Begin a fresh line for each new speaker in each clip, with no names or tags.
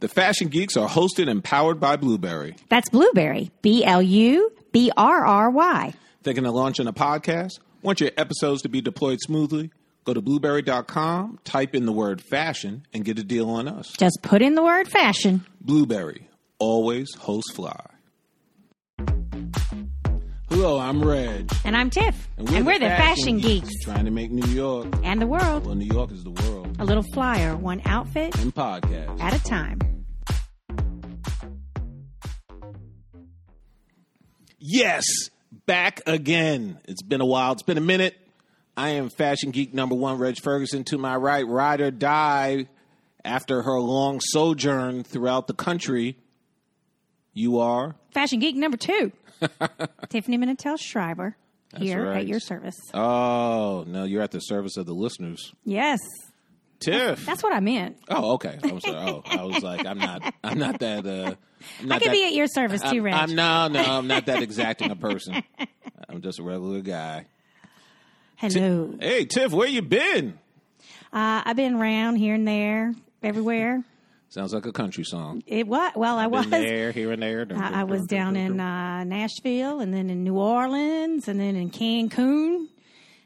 The Fashion Geeks are hosted and powered by Blueberry.
That's Blueberry, B L U B R R Y.
Thinking of launching a podcast? Want your episodes to be deployed smoothly? Go to blueberry.com, type in the word fashion, and get a deal on us.
Just put in the word fashion.
Blueberry, always host fly. Hello, I'm Reg.
And I'm Tiff. And we're the, Fashion, Geeks.
Trying to make New York,
and the world
well, New York is the world,
a little flyer, one outfit
in podcast.
at a time.
Yes, back again. It's been a while. It's been a minute. I am fashion geek number one, Reg Ferguson. To my right, ride or die. After her long sojourn throughout the country, you are.
Fashion geek number two, Tiffany Minotel Shriver, here
right.
at your service.
Oh no, you're at the service of the listeners.
Yes,
Tiff.
that's what I meant.
oh, okay. I'm sorry. Oh, I was like, I'm not. I'm not that. Uh, I'm not
I could
that,
be at your service too,
I'm,
Reg.
I'm no, no. I'm not that exacting a person. I'm just a regular guy.
Hello.
Hey, Tiff, where you been?
Uh, I've been around here and there, everywhere.
Sounds like a country song.
It was well, I was.
Been there, here and there.
I, I was down in uh, Nashville, and then in New Orleans, and then in Cancun,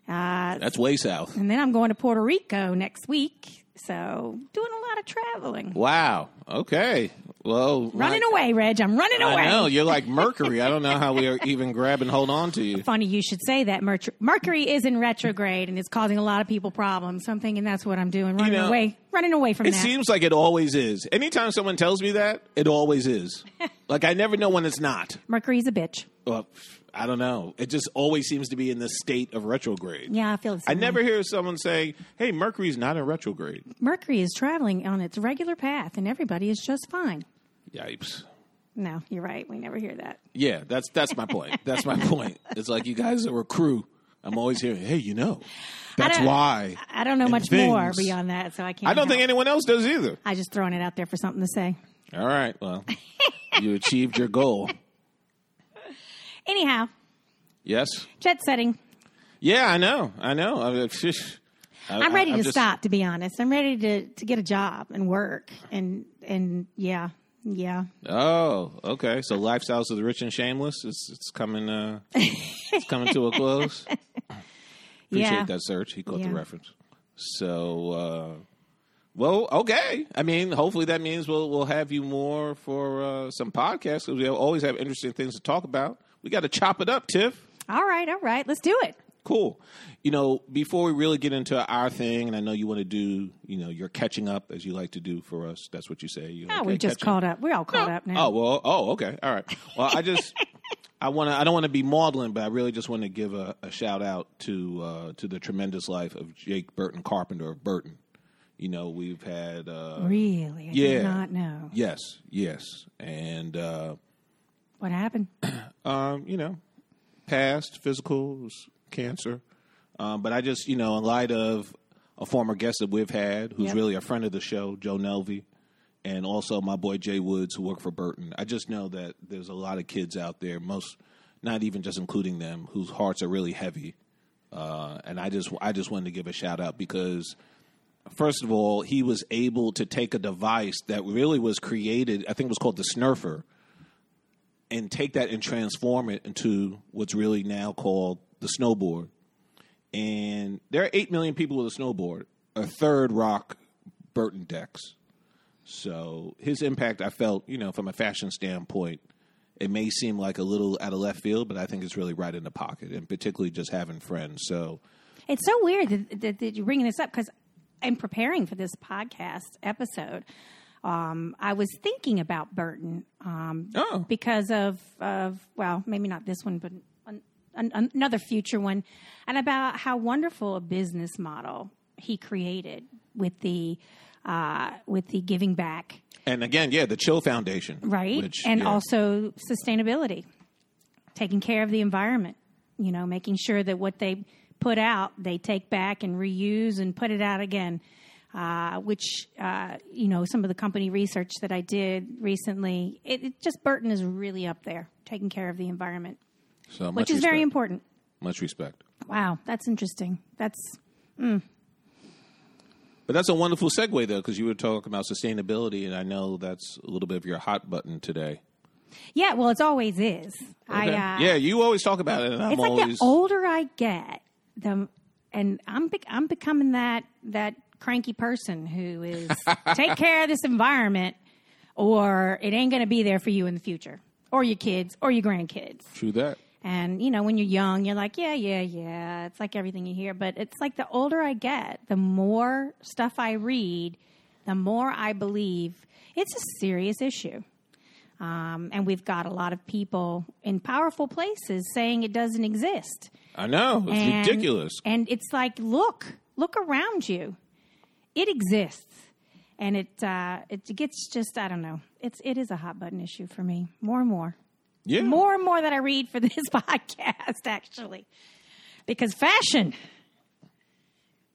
That's way south.
and then I'm going to Puerto Rico next week. So doing a lot of traveling,
Wow. Okay. Well,
running
my-
away, Reg. I'm running away.
I know you're like Mercury. I don't know how we are even grab and hold on to you.
Funny you should say that. Mercury, Mercury is in retrograde and it's causing a lot of people problems. So I'm thinking that's what I'm doing, running
know,
away, running away from
It
that.
seems like it always is. Anytime someone tells me that, it always is. like I never know when it's not.
Mercury's a bitch.
Well, I don't know. It just always seems to be in this state of retrograde.
Yeah, I feel. the
I
same way.
never hear someone say, "Hey, Mercury's not in retrograde."
Mercury is traveling on its regular path, and everybody is just fine.
Yipes.
No, you're right. We never hear that.
Yeah, that's that's my point. That's my point. It's like you guys are a crew. I'm always hearing, "Hey, you know, that's
don't-
why."
I don't know much
things.
more beyond that, so I can't.
I don't
help.
think anyone else does either.
I just throwing it out there for something to say.
All right. Well, you achieved your goal.
Anyhow,
Yes.
jet setting.
Yeah, I know. I know. I mean, I-
I'm ready
I- I'm
to
just-
stop. To be honest, I'm ready to to get a job and work and and yeah, yeah.
Oh, okay. So lifestyles of the rich and shameless. It's it's coming. Uh, it's coming to a close. Appreciate
Yeah.
that search. He caught
Yeah.
the reference. So, uh, well, okay. I mean, hopefully that means we'll we'll have you more for uh, some podcasts 'cause we always have interesting things to talk about. We got to chop it up, Tiff.
All right, all right. Let's do it.
Cool. You know, before we really get into our thing, and I know you want to do, you know, you're catching up as you like to do for us. That's what you say. You
Oh,
like,
we
"Hey,
just
catching up."
caught up. We're all caught up now.
Oh well. Oh okay. All right. Well, I just I want to. I don't want to be maudlin, but I really just want to give a, a shout out to uh, to the tremendous life of Jake Burton Carpenter of Burton. You know, we've had uh,
Really? I
Yeah.
did not know
yes, yes, and uh,
what happened.
um, you know, past physical s- cancer. Um, but I just, you know, in light of a former guest that we've had, who's
Yep.
really a friend of the show, Joe Nelvey, and also my boy Jay Woods, who worked for Burton. I just know that there's a lot of kids out there, most not even just including them, whose hearts are really heavy. Uh, and I just, I just wanted to give a shout out because first of all, he was able to take a device that really was created, I think it was called the Snurfer, and take that and transform it into what's really now called the snowboard. And there are 8 million people with a snowboard, a third rock Burton Dex. So his impact, I felt, you know, from a fashion standpoint, it may seem like a little out of left field, but I think it's really right in the pocket, and particularly just having friends. So,
It's so weird that, that, that you're bringing this up because in preparing for this podcast episode, um, I was thinking about Burton um,
oh,
because of, of well, maybe not this one, but an, an, another future one, and about how wonderful a business model he created with the uh, with the giving back,
And again, yeah, the Chill Foundation,
right,
Which,
and
yeah.
also sustainability, taking care of the environment, you know, making sure that what they put out they take back and reuse and put it out again. Uh, which uh, you know, some of the company research that I did recently, it, it just Burton is really up there taking care of the environment,
so much
which is very
respect.
important.
much respect.
Wow, that's interesting. That's
But But that's a wonderful segue, though, because you were talking about sustainability, and I know that's a little bit of your hot button today.
Yeah, well, it's always is. I,
Okay.
uh,
yeah, you always talk about it, and I'm
it's like
always
the older I get, the and I'm bec- I'm becoming that that cranky person who is take care of this environment, or it ain't going to be there for you in the future, or your kids, or your grandkids.
true that.
And you know, when you're young, you're like, yeah, yeah, yeah. It's like everything you hear, but it's like the older I get, the more stuff I read, the more I believe it's a serious issue. Um, and we've got a lot of people in powerful places saying it doesn't exist.
I know it's
And-
ridiculous.
And it's like, look, look around you. It exists. And it uh, it gets just I don't know. It's it is a hot button issue for me more and more
Yeah,
more and more that I read for this podcast, actually. Because fashion,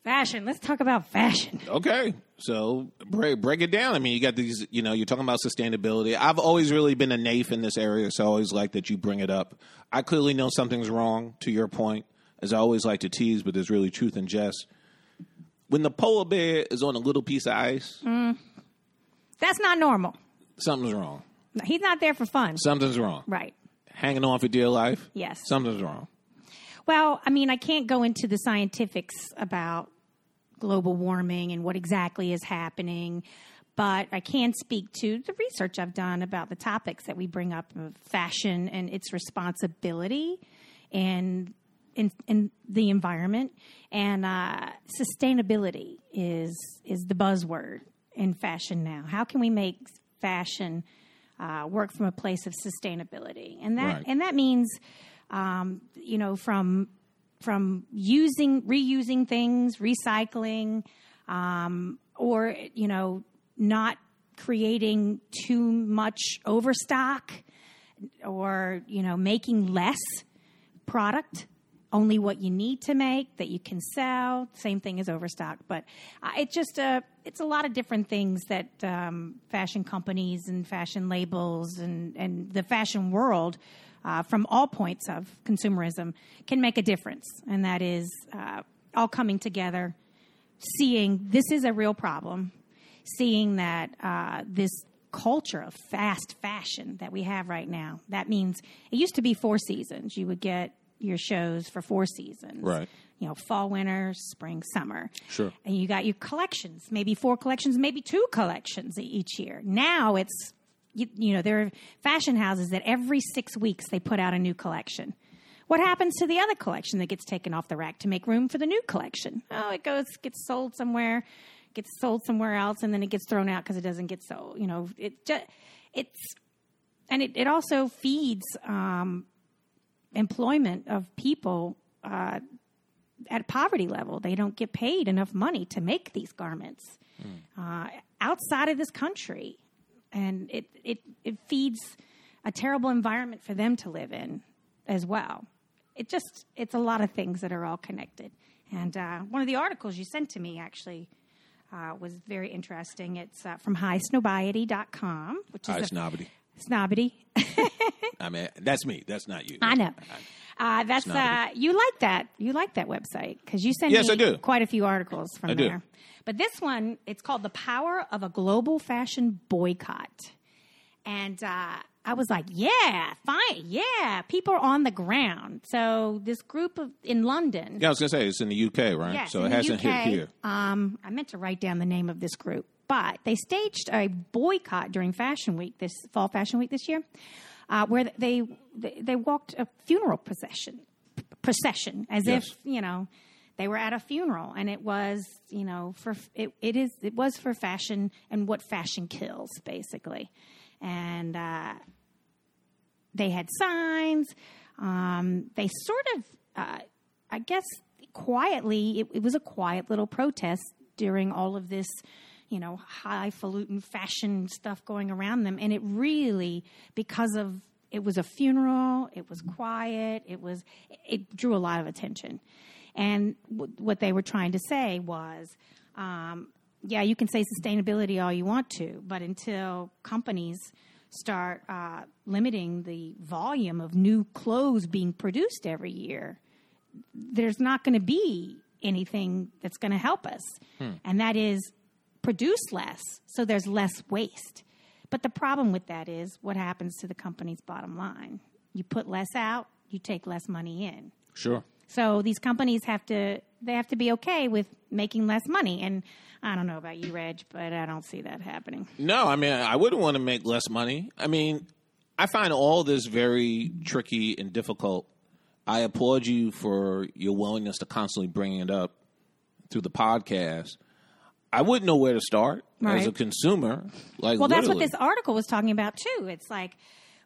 fashion, let's talk about fashion.
Okay. So break break it down. I mean, you got these. You know, you're talking about sustainability. I've always really been a naif in this area, so I always like that you bring it up. I clearly know something's wrong. To your point, as I always like to tease, but there's really truth in jest. When the polar bear is on a little piece of ice,
Mm. That's not normal.
something's wrong.
He's not there for fun.
Something's wrong.
Right.
Hanging on for dear life.
Yes.
Something's wrong.
Well, I mean, I can't go into the scientifics about global warming and what exactly is happening, but I can speak to the research I've done about the topics that we bring up of fashion and its responsibility and in, in the environment and uh, sustainability is is the buzzword in fashion now. How can we make fashion uh, work from a place of sustainability? And that
Right.
and that means um, you know from from using reusing things, recycling, um, or you know not creating too much overstock, or you know making less product, only what you need to make that you can sell. Same thing as overstock, but uh, it's just a it's a lot of different things that um, fashion companies and fashion labels and and the fashion world. Uh, from all points of consumerism can make a difference, and that is uh, all coming together seeing this is a real problem, seeing that uh, this culture of fast fashion that we have right now, that means it used to be four seasons. You would get your shows for four seasons.
Right.
You know, fall, winter, spring, summer.
Sure.
And you got your collections, maybe four collections, maybe two collections e- each year. Now it's, you, you know, there are fashion houses that every six weeks they put out a new collection. What happens to the other collection that gets taken off the rack to make room for the new collection? Oh, it goes, gets sold somewhere, gets sold somewhere else, and then it gets thrown out because it doesn't get sold. You know, it just, it's, and it, it also feeds um, employment of people at poverty level. They don't get paid enough money to make these garments uh, outside of this country, and it, it it feeds a terrible environment for them to live in as well. It just it's a lot of things that are all connected. And uh, one of the articles you sent to me actually uh, was very interesting. It's uh, from highsnobiety.com, which is
High
a-
snobbity.
snobbity.
Ah, I mean, that's me. That's not you.
I know. Uh, that's uh, you like that. You like that website because you send
Yes,
me
I do.
quite a few articles from
I do.
there. But this one, it's called "The Power of a Global Fashion Boycott," and uh, I was like, "Yeah, fine, yeah." People are on the ground. So this group of in London,
Yeah, I was gonna say it's in the UK, right?
Yes,
so
in
it
the
hasn't
UK,
hit here.
Um, I meant to write down the name of this group, but they staged a boycott during Fashion Week this fall Fashion Week this year, uh, where they, they they walked a funeral procession p- procession as
Yes.
if you know they were at a funeral, and it was you know for it, it is it was for fashion and what fashion kills basically, and. Uh, they had signs. Um, they sort of, uh, I guess, quietly, it, it was a quiet little protest during all of this, you know, highfalutin fashion stuff going around them. And it really, because of it was a funeral, it was quiet, it was, it drew a lot of attention. And w- what they were trying to say was, um, yeah, you can say sustainability all you want to, but until companies start uh, limiting the volume of new clothes being produced every year, there's not going to be anything that's going to help us, and that is produce less, so there's less waste. But the problem with that is what happens to the company's bottom line. You put less out, you take less money in.
Sure.
So these companies have to they have to be okay with making less money. And I don't know about you, Reg, but I don't see that happening.
No, I mean, I wouldn't want to make less money. I mean, I find all this very tricky and difficult. I applaud you for your willingness to constantly bring it up through the podcast. I wouldn't know where to start as
Right.
a consumer. Like,
Well, that's what
literally.
this article was talking about too. It's like,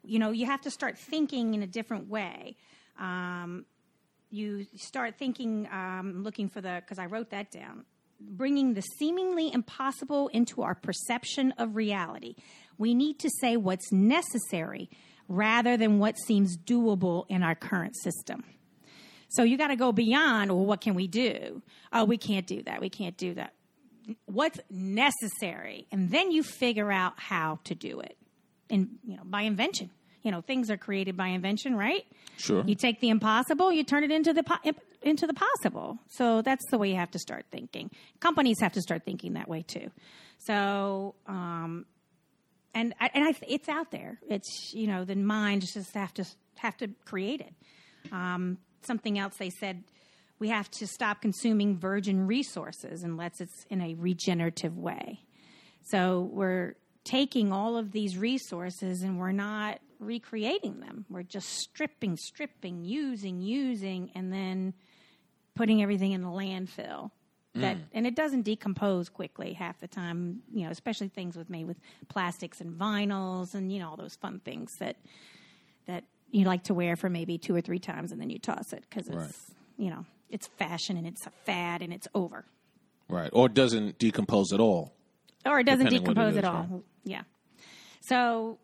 you know, you have to start thinking in a different way. Um, you start thinking, um, looking for the because I wrote that down. Bringing the seemingly impossible into our perception of reality. We need to say what's necessary rather than what seems doable in our current system. So you got to go beyond, well, what can we do? Oh, we can't do that. We can't do that what's necessary and then you figure out how to do it and you know by invention you know things are created by invention right
Sure.
you take the impossible you turn it into the po- imp- into the possible so that's the way you have to start thinking companies have to start thinking that way too so um and I, and I, it's out there it's you know the mind just have to have to create it Um, something else they said we have to stop consuming virgin resources unless it's in a regenerative way so we're taking all of these resources and we're not recreating them we're just stripping stripping using using and then putting everything in the landfill that and it doesn't decompose quickly half the time you know especially things with me with plastics and vinyls and you know all those fun things that that you like to wear for maybe two or three times and then you toss it because it's you know it's fashion and it's a fad and it's over
right. Or it doesn't decompose at all.
or it doesn't
Depending what it
decompose
is,
at all yeah so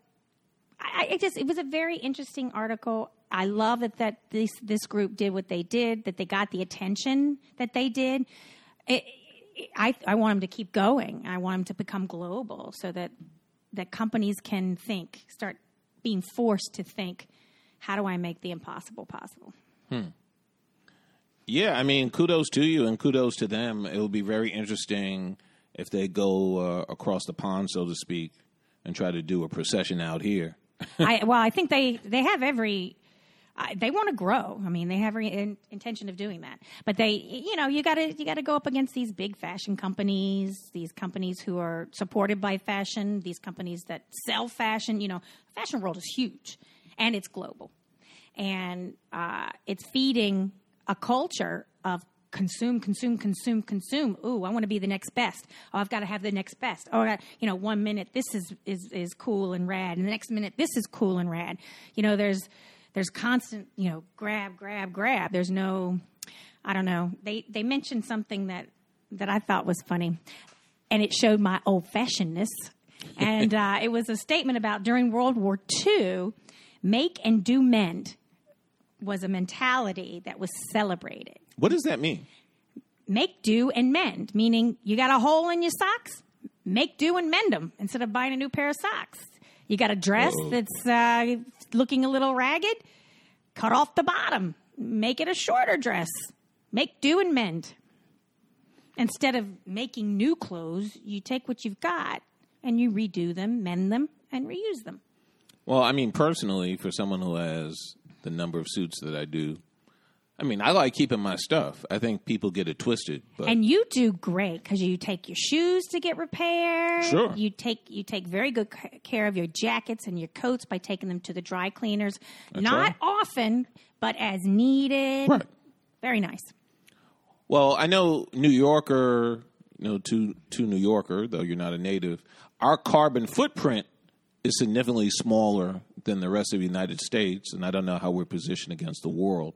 I, I it just it was a very interesting article i love that that this this group did what they did that they got the attention that they did it, it- I, I want them to keep going. I want them to become global so that that companies can think, start being forced to think, how do I make the impossible possible?
Yeah, I mean, kudos to you and kudos to them. It will be very interesting if they go uh, across the pond, so to speak, and try to do a procession out here.
I well, I think they they have every. I they want to grow. I mean, they have every in, intention of doing that. But they, you know, you got to you got to go up against these big fashion companies, these companies who are supported by fashion, these companies that sell fashion. You know, the fashion world is huge, and it's global, and uh, it's feeding a culture of consume, consume, consume, consume. Ooh, I want to be the next best. Oh, I've got to have the next best. Oh, I got, you know, one minute this is is is cool and rad, and the next minute this is cool and rad. You know, there's there's constant, you know, grab, grab, grab. There's no, I don't know. They they mentioned something that that I thought was funny, and it showed my old fashionedness. And uh, it was a statement about during World War II, make and do mend was a mentality that was celebrated
What does that mean?
make do and mend, meaning you got a hole in your socks, make do and mend them instead of buying a new pair of socks. You got a dress
Uh-oh.
that's uh, looking a little ragged, cut off the bottom, make it a shorter dress, make do and mend. Instead of making new clothes, you take what you've got and you redo them, mend them, and reuse them.
Well, I mean, personally, for someone who has the number of suits that I do, I mean, I like keeping my stuff. I think people get it twisted, but
And you do great because you take your shoes to get repaired.
Sure.
You take you take very good c- care of your jackets and your coats by taking them to the dry cleaners. Not
right.
often, but as needed.
Right.
Very nice.
Well, I know New Yorker, you know, to to New Yorker, though you're not a native, our carbon footprint is significantly smaller than the rest of the United States, and I don't know how we're positioned against the world.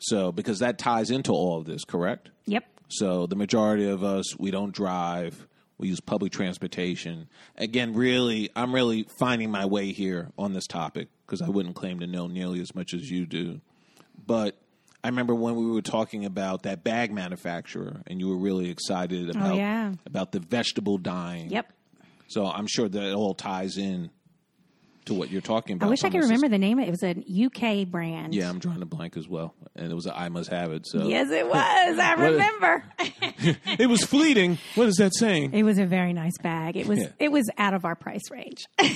So, because that ties into all of this, correct?
Yep.
So, the majority of us we don't drive. We use public transportation. Again, really, I'm really finding my way here on this topic because I wouldn't claim to know nearly as much as you do but I remember when we were talking about that bag manufacturer, and you were really excited about
Oh, yeah.
about the vegetable dyeing.
Yep.
So I'm sure that it all ties in. to what you're talking about.
I wish I
from
could
this-
remember the name. of It It was an UK brand.
Yeah, I'm drawing a blank as well, and it was a I must have it. So
Yes, it was. I
What-
remember.
it was fleeting. What is that saying?
It was a very nice bag. It was
Yeah.
it was out of our price range.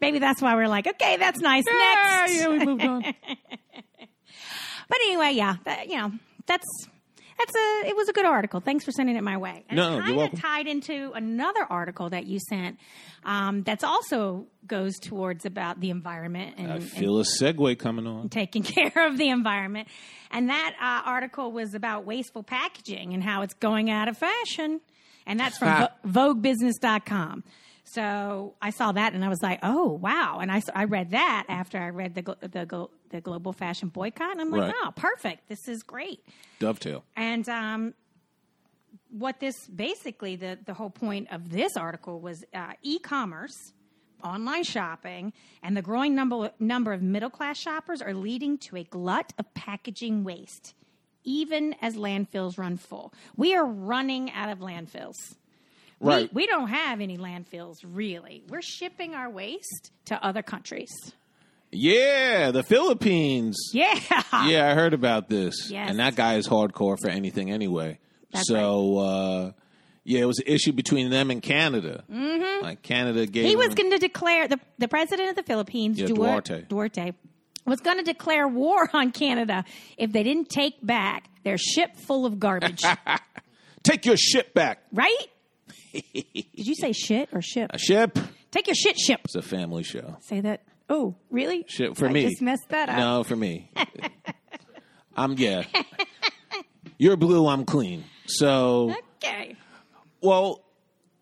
Maybe that's why we're like, okay, that's nice. Next.
yeah, we moved on.
But anyway, yeah, that, you know, that's that's a it was a good article. Thanks for sending it my way. And
No,
it's
you're
kinda
welcome.
Tied into another article that you sent, um, that's also goes towards about the environment and,
I
and
feel a segue coming on.
taking care of the environment. And that uh, article was about wasteful packaging and how it's going out of fashion. And that's from Vo- VogueBusiness.com. So I saw that and I was like, oh, wow. And I, s- I read that after I read the, glo- the, glo- the global fashion boycott. And I'm like,
Right.
oh, perfect. This is great.
Dovetail.
And um, what this basically the the whole point of this article was uh, e-commerce, online shopping, and the growing number number of middle class shoppers are leading to a glut of packaging waste, even as landfills run full. We are running out of landfills.
Right.
We, we don't have any landfills really. We're shipping our waste to other countries.
Yeah, the Philippines.
Yeah.
Yeah, I heard about this.
Yes.
And that guy is hardcore for anything anyway.
That's
so, uh, yeah, it was an issue between them and Canada. Mm-hmm. Like, Canada gave.
He was
them-
going to declare the the president of the Philippines,
Yeah,
Duar-
Duarte.
Duarte, was going to declare war on Canada if they didn't take back their ship full of garbage.
Take your ship back.
right? Did you say shit or ship?
Ship?
Take your shit ship.
It's a family show.
Say that. Oh, really?
Shit, for
I
me.
just messed that up.
No, for me. I'm, yeah. You're blue, I'm clean. So.
Okay.
Well,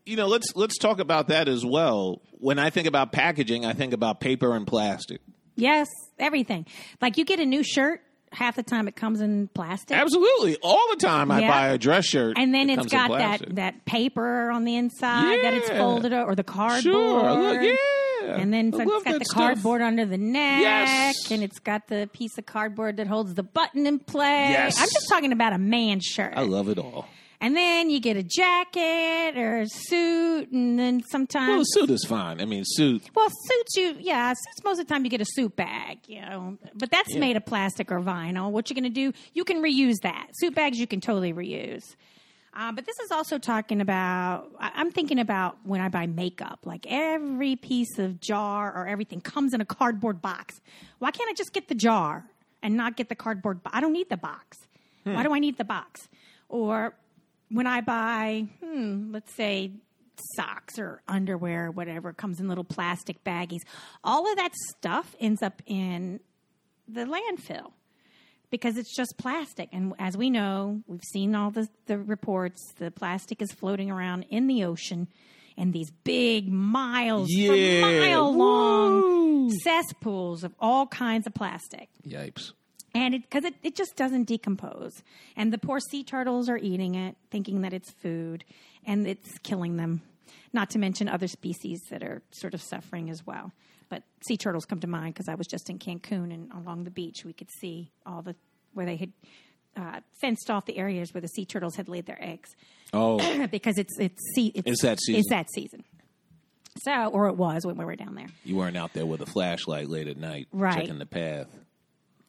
you know, let's let's talk about that as well. When I think about packaging, I think about paper and plastic.
Yes, everything. Like you get a new shirt, half the time it comes in plastic.
Absolutely, all the time I
Yeah.
buy a dress shirt,
and then
it
it's
comes in
got
plastic.
that, that paper on the inside that it's
Yeah.
folded o- or the cardboard.
sure, I love- yeah.
And then
I
so it's
love
got
that
the
stuff.
cardboard under the neck,
Yes.
and it's got the piece of cardboard that holds the button in place.
Yes. Oh.
I'm just talking about a man's shirt.
I love it all.
and then you get a jacket or a suit, and then
Well, Oh, a
sometimes.
suit is fine. I mean, suit.
Well, suits you, yeah. Suits most of the time you get a suit bag, you know, but that's made of plastic or vinyl. What you're going to do, you can reuse that. Suit bags you can totally reuse. Uh, but this is also talking about. I- I'm thinking about when I buy makeup. Like every piece of jar or everything comes in a cardboard box. Why can't I just get the jar and not get the cardboard? Bo- I don't need the box. Why do I need the box? Or when I buy, hmm, let's say socks or underwear or whatever comes in little plastic baggies. All of that stuff ends up in the landfill because it's just plastic. And as we know, we've seen all the, the reports, the plastic is floating around in the ocean in these big miles,
Yeah.
mile long cesspools of all kinds of plastic
Yipes.
and it because it, it just doesn't decompose and the poor sea turtles are eating it thinking that it's food and it's killing them not to mention other species that are sort of suffering as well but sea turtles come to mind because i was just in cancun and along the beach we could see all the where they had uh, fenced off the areas where the sea turtles had laid their eggs
Oh,
because it's it's sea it's,
It's that season.
it's that season so or it was when we were down there
you weren't out there with a flashlight late at night,
Right.
checking the path.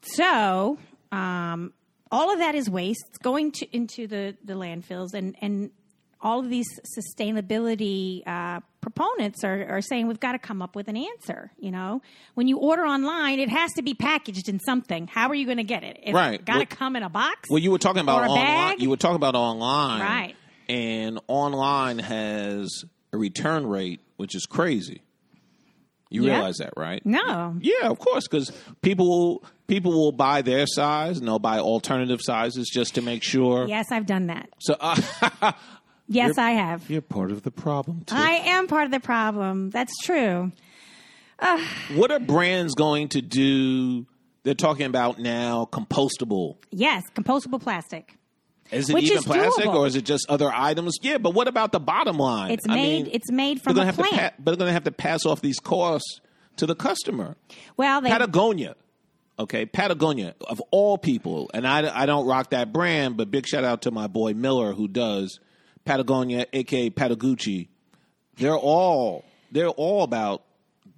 So, um, all of that is waste. It's going to into the the landfills, and and all of these sustainability uh, proponents are, are saying we've got to come up with an answer. You know, when you order online, it has to be packaged in something. How are you going to get it? It's
Right.
Got to
Well-
come in a box.
Well, you were talking about
Or a
online.
bag?
You were talking about online,
Right.
And online has a return rate which is crazy. You
Yeah.
realize that, right?
no.
Yeah, of course, because people will people will buy their size and they'll buy alternative sizes just to make sure.
Yes, I've done that.
So uh,
Yes, I have.
you're part of the problem too.
I am part of the problem. That's true.
what are brands going to do? They're talking about now compostable.
Yes, compostable plastic.
Is it
Which
even
is
plastic
doable.
or is it just other items? Yeah, but what about the bottom line?
It's
I
made.
mean,
it's made
they're
from
gonna
a
have to
plant.
pa- they're going to have to pass off these costs to the customer.
well, they
Patagonia. Okay, Patagonia of all people, and I, I don't rock that brand, but big shout out to my boy Miller who does Patagonia, aka Patagucci. They're all they're all about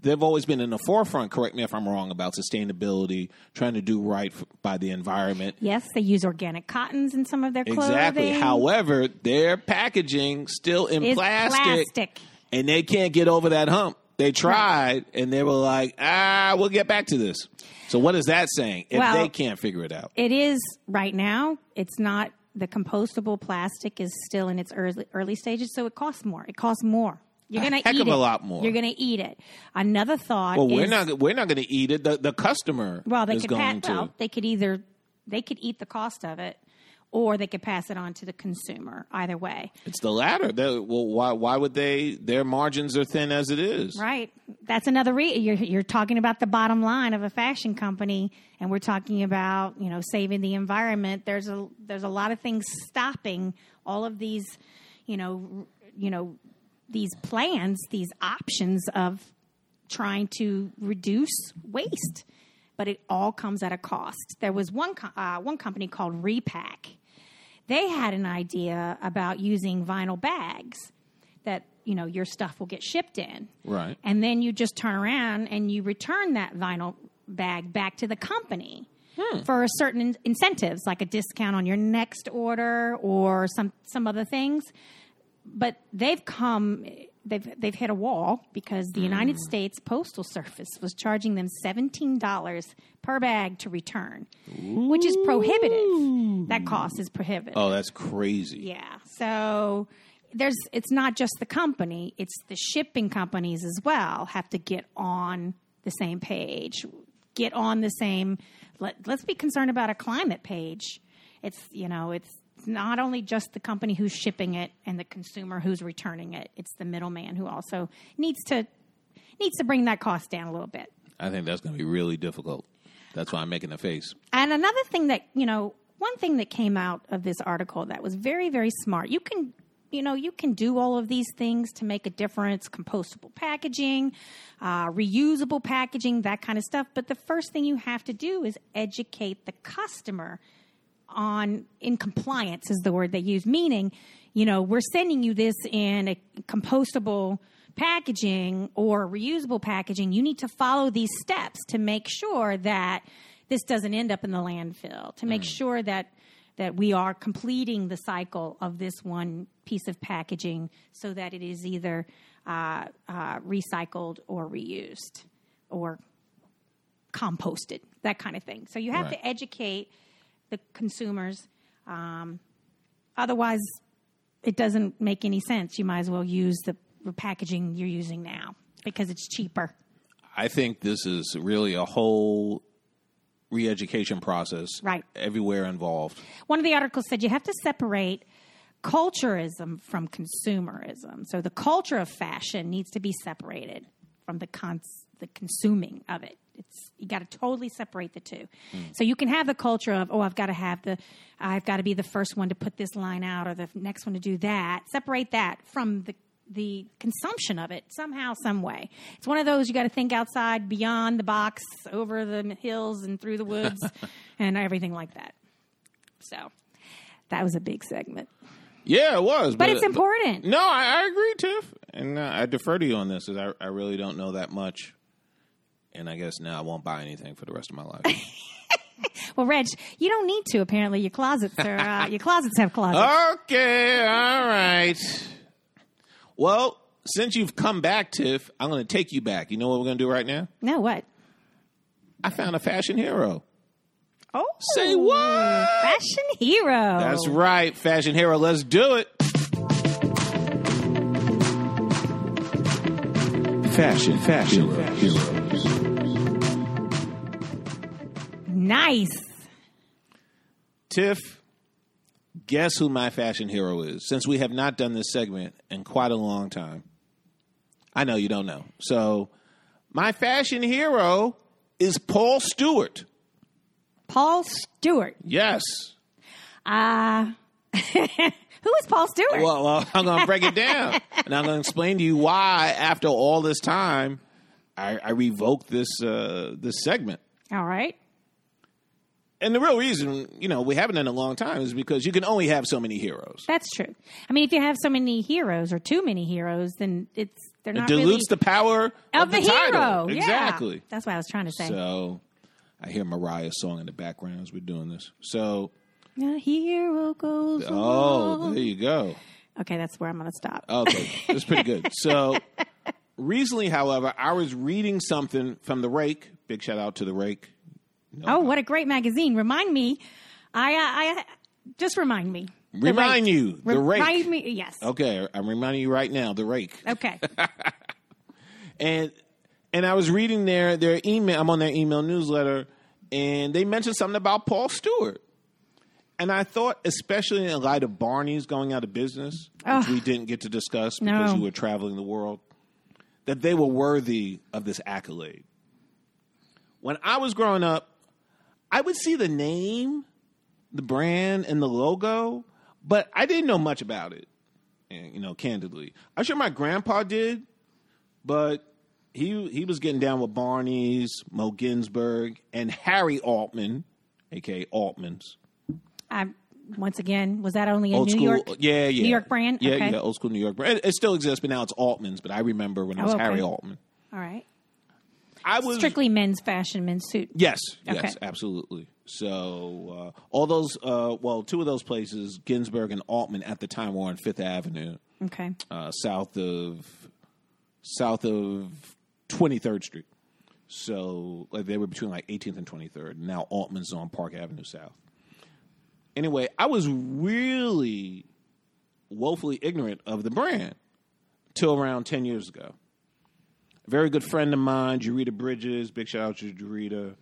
they've always been in the forefront. Correct me if I'm wrong about sustainability, trying to do right f- by the environment.
Yes, they use organic cottons in some of their clothing.
Exactly. However, their packaging still in
Is
plastic,
plastic.
and they can't get over that hump. They tried, and they were like, "Ah, we'll get back to this." So, what is that saying? If
Well-
they can't figure it out,
it is right now. It's not the compostable plastic is still in its early, early stages, so it costs more. It costs more. You're
A
going to
heck
eat
of
it.
a lot more.
You're going to eat it. Another thought.
well, we're
is-
not we're not going to eat it. The, the customer
Well, they
is
could
going
pass.
to.
Well, they could either they could eat the cost of it, or they could pass it on to the consumer. Either way,
It's the latter. They- well, why why would they? Their margins are thin as it is.
right? That's another. Re- you're you're talking about the bottom line of a fashion company, and we're talking about you know saving the environment. There's a there's a lot of things stopping all of these, you know, r- you know, these plans, these options of trying to reduce waste. But it all comes at a cost. There was one co- uh, one company called Repack. they had an idea about using vinyl bags that you know your stuff will get shipped in
Right.
and then you just turn around and you return that vinyl bag back to the company for certain in- incentives like a discount on your next order or some some other things but they've come they've they've hit a wall because the United States Postal Service was charging them $17 per bag to return which is prohibitive that cost is prohibitive
Oh, that's crazy.
yeah. So there's it's not just the company, it's the shipping companies as well have to get on the same page. Get on the same let, let's be concerned about a climate page. It's you know, it's not only just the company who's shipping it and the consumer who's returning it. It's the middleman who also needs to needs to bring that cost down a little bit.
I think that's going to be really difficult. That's why I'm making the face.
And another thing that, you know, one thing that came out of this article that was very, very smart. You can, you know, you can do all of these things to make a difference compostable packaging, uh, reusable packaging, that kind of stuff. But the first thing you have to do is educate the customer on in compliance is the word they use meaning you know we're sending you this in a compostable packaging or reusable packaging you need to follow these steps to make sure that this doesn't end up in the landfill to make sure that that we are completing the cycle of this one piece of packaging so that it is either uh, uh, recycled or reused or composted, that kind of thing. So you have
Right.
to educate the consumers. Um, otherwise, it doesn't make any sense. You might as well use the packaging you're using now because it's cheaper.
I think this is really a whole re-education process,
Right.
Everywhere involved.
One of the articles said you have to separate culturism from consumerism. So the culture of fashion needs to be separated from the cons- the consuming of it. It's you got to totally separate the two. So you can have the culture of oh I've got to have the I've got to be the first one to put this line out or the next one to do that. Separate that from the the consumption of it somehow some way it's one of those you got to think outside beyond the box over the hills and through the woods and everything like that so that was a big segment,
Yeah, it was,
but it's important.
No, I, I agree, Tiff, and uh, I defer to you on this. Is I, I really don't know that much, and I guess now I won't buy anything for the rest of my life.
Well, Reg, you don't need to. Apparently, your closets are uh, your closets have closets.
okay, all right. Well, since you've come back, Tiff, I'm going to take you back. You know what we're going to do right now?
no, what?
I found a fashion hero.
Oh,
Say what?
Fashion hero.
That's right, fashion hero. Let's do it. Fashion, fashion,
nice.
Tiff, guess who my fashion hero is? Since we have not done this segment in quite a long time, I know you don't know. So, my fashion hero is Paul Stewart.
Paul Stewart.
Yes.
Who is Paul Stewart?
Well, well I'm going to break it down, and I'm going to explain to you why, after all this time, I, I revoked this uh, this segment.
All right.
and the real reason, you know, we haven't in a long time is because you can only have so many heroes.
That's true. I mean, if you have so many heroes or too many heroes, then it's they're
It
not
dilutes
really
the power of,
of the,
title.
hero. Yeah.
Exactly.
That's what I was trying to say.
So I hear Mariah's song in the background as we're doing this. So
A hero goes.
oh,
on.
there you go.
Okay, that's where I'm going to stop.
Okay, that's pretty good. So recently, however, I was reading something from the Rake. Big shout out to the Rake.
oh, what a great magazine! Remind me, I, uh, I, I just remind me. The
Remind
Rake.
you, the Rake.
Remind me, yes.
Okay, I'm reminding you right now, the Rake.
Okay.
and and I was reading their their email. I'm on their email newsletter, and they mentioned something about Paul Stewart. And I thought, especially in light of Barney's going out of business, which
Ugh.
we didn't get to discuss because
No.
you were traveling the world, that they were worthy of this accolade. When I was growing up, I would see the name, the brand, and the logo, but I didn't know much about it. And, you know, candidly, I'm sure my grandpa did, but he he was getting down with Barney's, Mo Ginsburg, and Harry Altman, aka Altman's
I once again was that only in
old
New
school,
York?
yeah, yeah,
New York brand.
yeah,
okay.
yeah, old school New York brand. It, it still exists, but now it's Altman's. But I remember when it was
Oh, okay.
Harry Altman.
All right.
I was
Strictly men's fashion, men's suit.
Yes, yes,
Okay.
absolutely. So uh, all those, uh, well, two of those places, Ginsburg and Altman, at the time were on Fifth Avenue,
Okay.
uh, south of south of Twenty Third Street. So like they were between like 18th and 23rd. Now Altman's on Park Avenue South. Anyway, I was really woefully ignorant of the brand till around 10 years ago. A very good friend of mine, Jurita Bridges, big shout out to Jurita.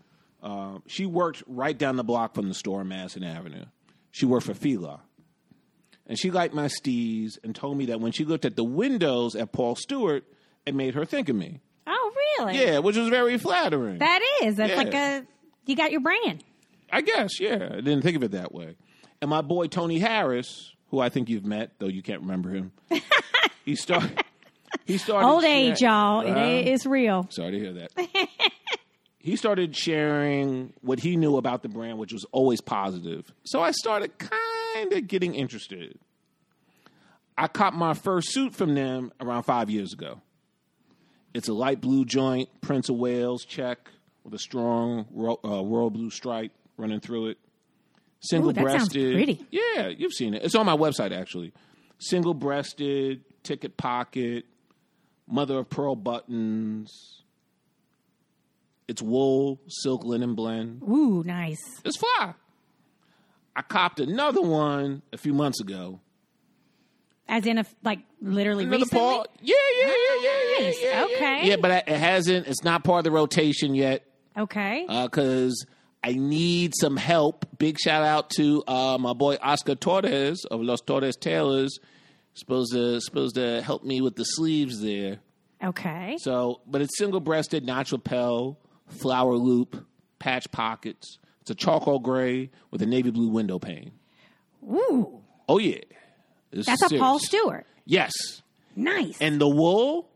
Uh, she worked right down the block from the store on Madison Avenue. She worked for Fila. And she liked my steez and told me that when she looked at the windows at Paul Stewart, it made her think of me.
Oh, really?
Yeah, which was very flattering.
That is. That's
Yeah.
like a you got your brand.
I guess, yeah. I didn't think of it that way. And my boy Tony Harris, who I think you've met, though you can't remember him, he started. He started
Old age,
sharing-
y'all. It-
Uh,
it's real.
sorry to hear that. he started sharing what he knew about the brand, which was always positive. So I started kind of getting interested. I caught my first suit from them around five years ago. It's a light blue joint, Prince of Wales check with a strong ro- uh, royal blue stripe running through it. Single breasted.
pretty.
Yeah, you've seen it. It's on my website actually. Single breasted, ticket pocket, mother of pearl buttons. It's wool, silk, linen blend.
Ooh, nice.
It's fly. I copped another one a few months ago.
As in, a, f- like literally
Another
recently.
Paul. Yeah, yeah, yeah, yeah, yeah,
Nice.
yeah, yeah.
Okay.
Yeah, but I- it hasn't. It's not part of the rotation yet
Okay.
Uh, because I need some help. Big shout out to uh, my boy Oscar Torres of Los Torres Tailors. Supposed to supposed to help me with the sleeves there.
okay.
So, but it's single breasted, notch lapel, flower loop, patch pockets. It's a charcoal gray with a navy blue window pane.
Ooh,
Oh yeah, This
that's
is
a
serious.
Paul Stewart.
Yes,
Nice.
and the wool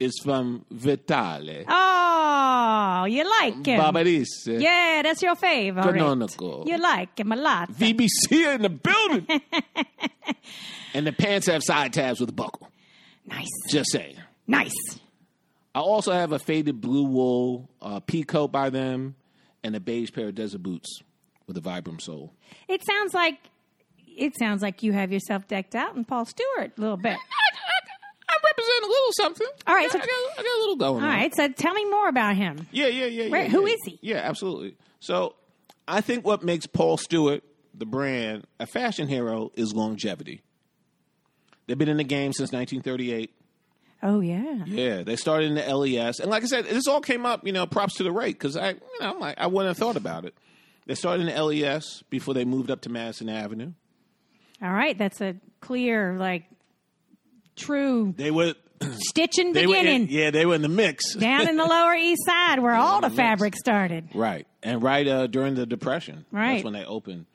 is from Vitale
oh, you like him?
Barbaris.
Yeah, that's your fave. all right.
Canonical.
You like him a lot.
VBC in the building. and the pants have side tabs with a buckle.
nice.
Just saying.
Nice.
I also have a faded blue wool uh, pea coat by them, and a beige pair of desert boots with a Vibram sole.
It sounds like it sounds like you have yourself decked out in Paul Stewart a little bit.
I represent a little something.
All right, so-
I got, I got a little going.
All right, so tell me more about him.
Yeah, yeah, yeah.
Where-
yeah,
who
yeah.
is he?
Yeah, absolutely. So, I think what makes Paul Stewart the brand a fashion hero is longevity. They've been in the game since 1938.
Oh yeah.
Yeah, they started in the LES, and like I said, this all came up. You know, props to the rake because I, you know, I'm like I wouldn't have thought about it. They started in the LES before they moved up to Madison Avenue.
All right, that's a clear like true
They were,
stitching
they were, in,
beginning
yeah, they were in the mix.
down in the lower east side where all the fabric started.
Right, and right uh, during the Depression, that's
Right.
when they opened.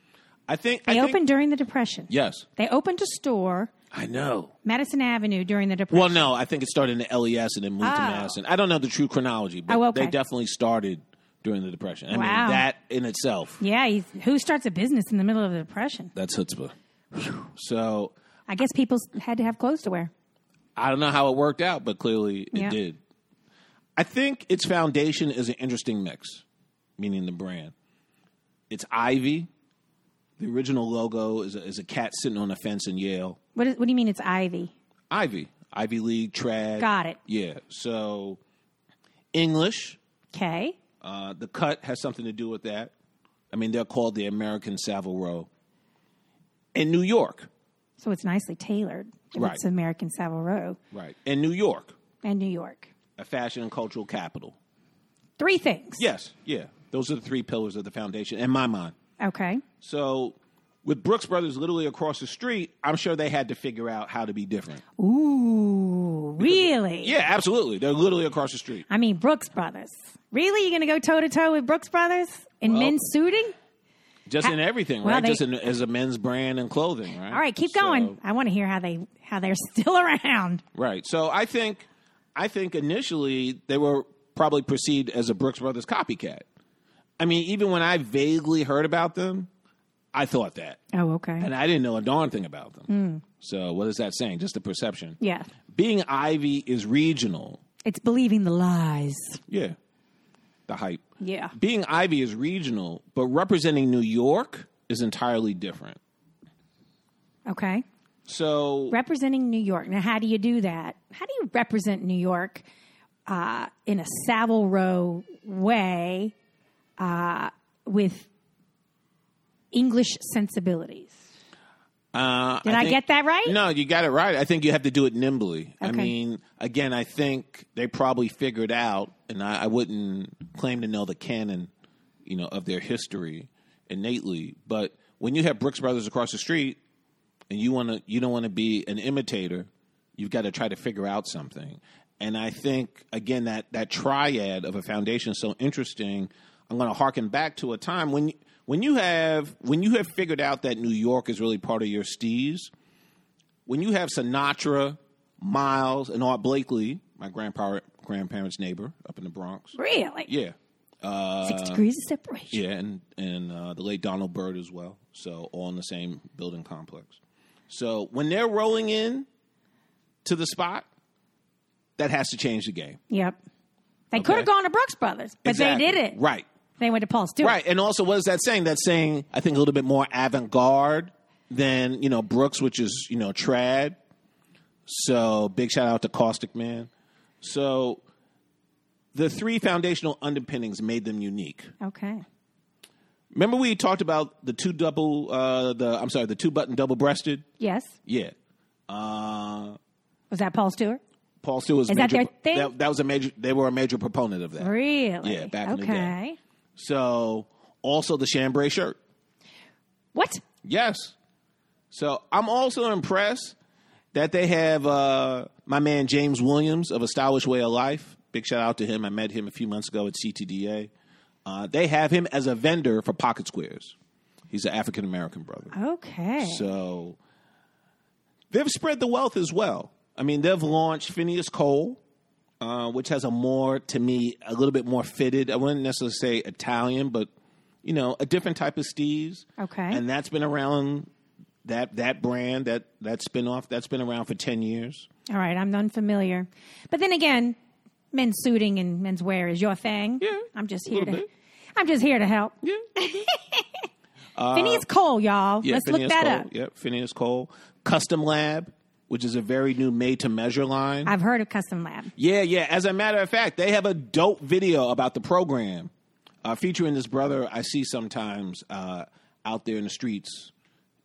I think
They
I think-
opened during the depression.
Yes,
They opened a store
I know.
Madison Avenue during the depression.
Well, no, I think it started in the LES and then moved to
Oh.
Madison. I don't know the true chronology, but
Oh, okay.
they definitely started during the Depression. I
Wow.
mean, that in itself,
Yeah, he's, who starts a business in the middle of the depression?
that's chutzpah. So
I guess people s- had to have clothes to wear.
I don't know how it worked out, but clearly it
Yeah.
did. I think its foundation is an interesting mix, meaning the brand. It's Ivy. The original logo is a, is a cat sitting on a fence in Yale.
What, is, what do you mean it's Ivy?
Ivy, Ivy League, trad.
Got it.
Yeah. So English,
Okay.
uh, the cut has something to do with that. I mean, they're called the American Savile Row. In New York,
So it's nicely tailored. If
Right.
It's American Savile Row
right? In New York,
and New York.
a fashion and cultural capital.
Three things.
Yes, yeah. Those are the three pillars of the foundation in my mind.
Okay.
So, with Brooks Brothers literally across the street, I'm sure they had to figure out how to be different.
Ooh, really?
Yeah, absolutely. They're literally across the street.
I mean, Brooks Brothers. Really? You're going to go toe to toe with Brooks Brothers in
Well-
men's suiting?
Just in everything,
Well,
right?
they-
Just in, as a men's brand and clothing, right?
All right, keep
So-
going. I want to hear how they how they're still around.
Right. So I think I think initially they were probably perceived as a Brooks Brothers copycat. I mean, even when I vaguely heard about them, I thought that.
Oh, okay.
And I didn't know a darn thing about them. So what is that saying? Just a perception.
Yeah.
Being Ivy is regional.
It's believing the lies.
Yeah. The hype.
Yeah.
Being Ivy is regional, but representing New York is entirely different.
Okay.
So
Representing New York. Now, how do you do that? How do you represent New York uh, in a Savile Row way uh, with English sensibilities?
Uh,
Did I
think-
get that right?
No, you got it right. I think you have to do it nimbly. I
Okay.
mean, again, I think they probably figured out, and I, I wouldn't claim to know the canon, you know, of their history innately. But when you have Brooks Brothers across the street, and you want to, you don't want to be an imitator. You've got to try to figure out something. And I think again that that triad of a foundation is so interesting. I'm going to harken back to a time when when you have when you have figured out that New York is really part of your steez when you have Sinatra, Miles, and Art Blakely, my grandpa grandparents' neighbor up in the Bronx.
Really?
Yeah,
Six degrees of separation.
yeah, and and uh, the late Donald Byrd as well. So all in the same building complex. So when they're rolling in to the spot, that has to change the game.
Yep. They could have gone to Brooks Brothers, but
Exactly.
they didn't.
right,
They went to Paul Stewart.
right. And also, what is that saying? That's saying I think a little bit more avant garde than you know Brooks, which is you know trad. So big shout out to Caustic Man. So the three foundational underpinnings made them unique.
Okay.
Remember we talked about the two double uh the I'm sorry, the two button double breasted?
Yes.
Yeah. Uh
Was that Paul Stewart?
Paul Stewart's
Is that
major
their thing?
That, that was a major they were a major proponent of that.
Really?
Yeah, back
okay.
in the day. So also the chambray shirt.
What?
Yes. So I'm also impressed that they have uh, my man James Williams of A Stylish Way of Life. Big shout out to him. I met him a few months ago at CTDA. Uh, they have him as a vendor for Pocket Squares. He's an African American brother.
Okay.
So they've spread the wealth as well. I mean, they've launched Phineas Cole, uh, which has a more, to me, a little bit more fitted. I wouldn't necessarily say Italian, but you know, a different type of steves.
Okay.
and that's been around. That that brand that that spinoff that's been around for ten years.
All right, I'm unfamiliar. But then again, men's suiting and men's wear is your thing.
Yeah,
I'm just
a
here to
little bit.
I'm just here to help.
Yeah, Uh,
Phineas Cole, y'all.
yeah.
Let's
Phineas
look that
Cole.
up.
Yeah, Phineas Cole. Custom Lab, which is a very new made to measure line.
I've heard of Custom Lab.
Yeah, yeah. As a matter of fact, they have a dope video about the program uh, featuring this brother I see sometimes uh, out there in the streets.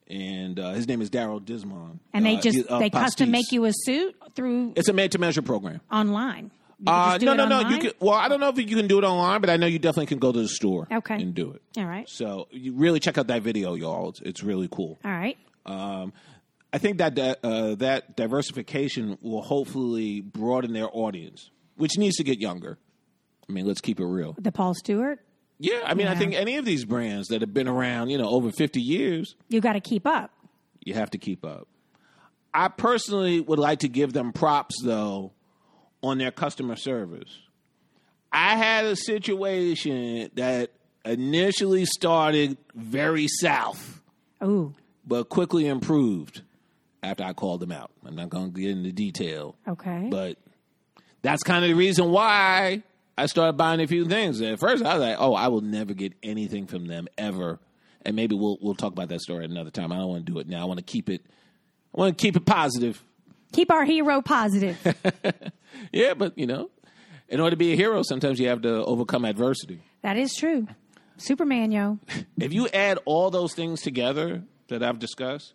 And uh, his name is Daryl Dismond.
And they
Uh,
just
he- uh,
they custom
Pastis.
make you a suit through
It's a made to measure program.
online. You can
Uh,
Oh, just do
no,
it
no, no. You
online?
can, well, I don't know if you can do it online, but I know you definitely can go to the store
Okay.
and do it.
All right.
So you really check out that video, y'all. It's, it's really cool.
All right.
Um, I think that di- uh, that diversification will hopefully broaden their audience, which needs to get younger. I mean, let's keep it real.
The Paul Stewart.
Yeah, I mean, I
Yeah.
think any of these brands that have been around, you know, over fifty years,
You got to keep up.
you have to keep up. I personally would like to give them props though on their customer service. I had a situation that initially started very south,
Ooh,
but quickly improved after I called them out. I'm not going to get into detail,
okay.
but that's kind of the reason why I started buying a few things. At first, I was like, "Oh, I will never get anything from them ever," and maybe we'll we'll talk about that story another time. I don't want to do it now. I want to keep it. I want to keep it positive.
Keep our hero positive.
Yeah, but you know, in order to be a hero, sometimes you have to overcome adversity.
that is true. Superman, yo.
If you add all those things together that I've discussed,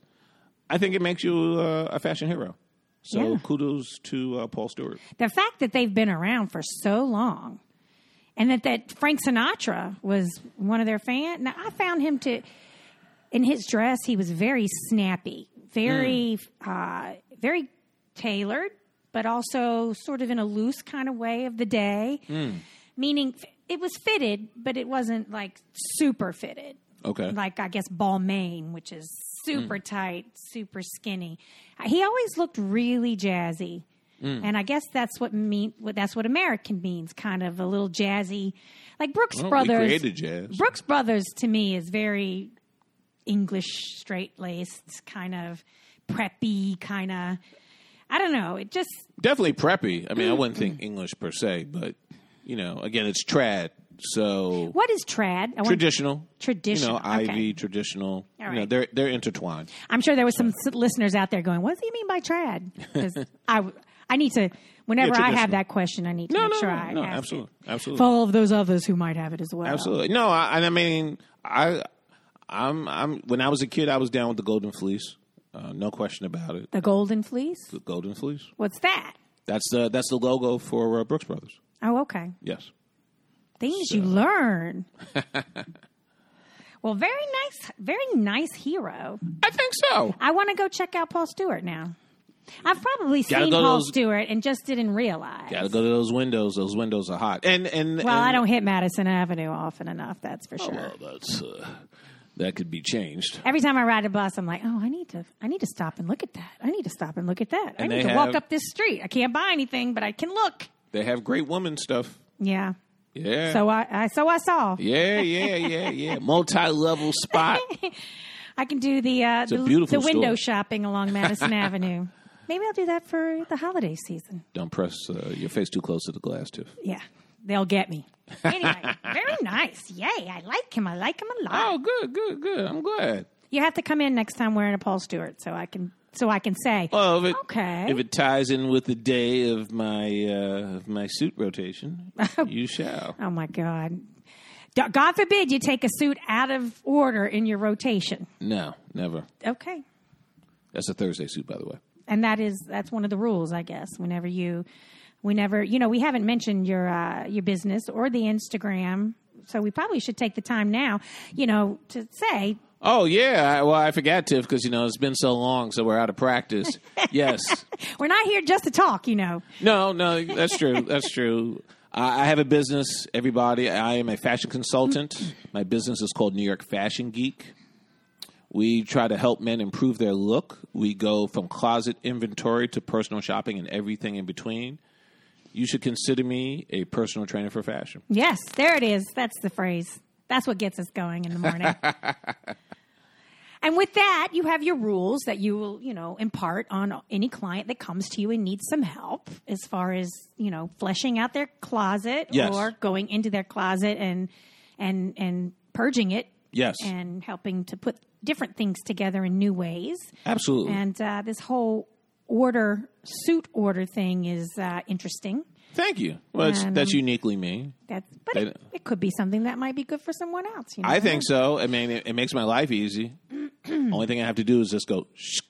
I think it makes you uh, a fashion hero. So
Yeah.
kudos to uh, Paul Stewart.
The fact that they've been around for so long and that, that Frank Sinatra was one of their fans. Now, I found him to, in his dress, he was very snappy, very, uh, very tailored, but also sort of in a loose kind of way of the day. Meaning f- it was fitted, but it wasn't like super fitted.
Okay.
Like, I guess, Balmain, which is super tight, super skinny. He always looked really jazzy.
Mm.
And I guess that's what mean what that's what American means, kind of a little jazzy, like Brooks
Well, we
Brothers.
created jazz.
Brooks Brothers to me is very English, straight laced, kind of preppy, kind of. I don't know. It just
Definitely preppy. I
Mm.
mean, I wouldn't think English per se, but you know, again, it's trad. So
what is trad? I want,
traditional,
Traditional,
you know,
okay.
Ivy traditional.
All
You know,
right.
they're they're intertwined.
I'm sure there was some s- listeners out there going, "What does he mean by trad?" Because I w- I need to. Whenever I have
traditional.
that question, I need to make
no,
sure
no,
I
no,
ask it.
absolutely, absolutely.
For all of those others who might have it as well.
Absolutely. No, I, and I mean, I, I'm, I'm. When I was a kid, I was down with the Golden Fleece. Uh, no question about it.
The golden fleece.
The Golden Fleece.
What's that?
That's the that's the logo for uh, Brooks Brothers.
Oh, okay.
Yes.
Things you learn. well, very nice, very nice hero.
I think so.
I want to go check out Paul Stewart now. I've probably
Gotta
seen
go to
Paul
those-
Stewart and just didn't realize.
Got to go to those windows. Those windows are hot. And and
well, I don't hit Madison Avenue often enough, that's for sure.
Oh, Well, that's uh, that could be changed.
Every time I ride a bus, I'm like, oh, I need to, I need to stop and look at that. I need to stop and look at that. I
And
need
they
to walk
have-
up this street. I can't buy anything, but I can look.
They have great woman stuff.
Yeah.
Yeah.
So I, I so I saw.
yeah, yeah, yeah, yeah. Multi-level spot.
I can do the uh,
a
the,
beautiful
the window
store.
shopping along Madison Avenue. Maybe I'll do that for the holiday season.
Don't press uh, your face too close to the glass, Tiff.
Yeah, they'll get me. Anyway, very nice. Yay! I like him. I like him a lot.
Oh, good, good, good. I'm glad.
You have to come in next time wearing a Paul Stewart, so I can so I can say
Well, if it,
Okay.
if it ties in with the day of my uh, of my suit rotation, you shall.
Oh my God. D- God forbid you take a suit out of order in your rotation.
No, never.
Okay.
That's a Thursday suit, by the way.
And that is that's one of the rules, I guess. Whenever you whenever you know, we haven't mentioned your uh, your business or the Instagram. So we probably should take the time now, you know, to say
Oh yeah, I, well I forgot Tiff because you know it's been so long, so we're out of practice. yes,
we're not here just to talk, you know.
no, no, that's true. That's true. I, I have a business. Everybody, I am a fashion consultant. My business is called New York Fashion Geek. We try to help men improve their look. We go from closet inventory to personal shopping and everything in between. You should consider me a personal trainer for fashion.
Yes, there it is. That's the phrase. That's what gets us going in the morning. and with that, you have your rules that you will, you know, impart on any client that comes to you and needs some help as far as, you know, fleshing out their closet
Yes.
or going into their closet and and and purging it
Yes,
and helping to put different things together in new ways.
absolutely.
And uh, this whole order suit order thing is uh, interesting.
Thank you. Well, it's,
And,
that's
um,
uniquely me.
That's, but
They
it, it could be something that might be good for someone else. You know?
I think so. I mean, it, it makes my life easy. Only thing I have to do is just go. Shh,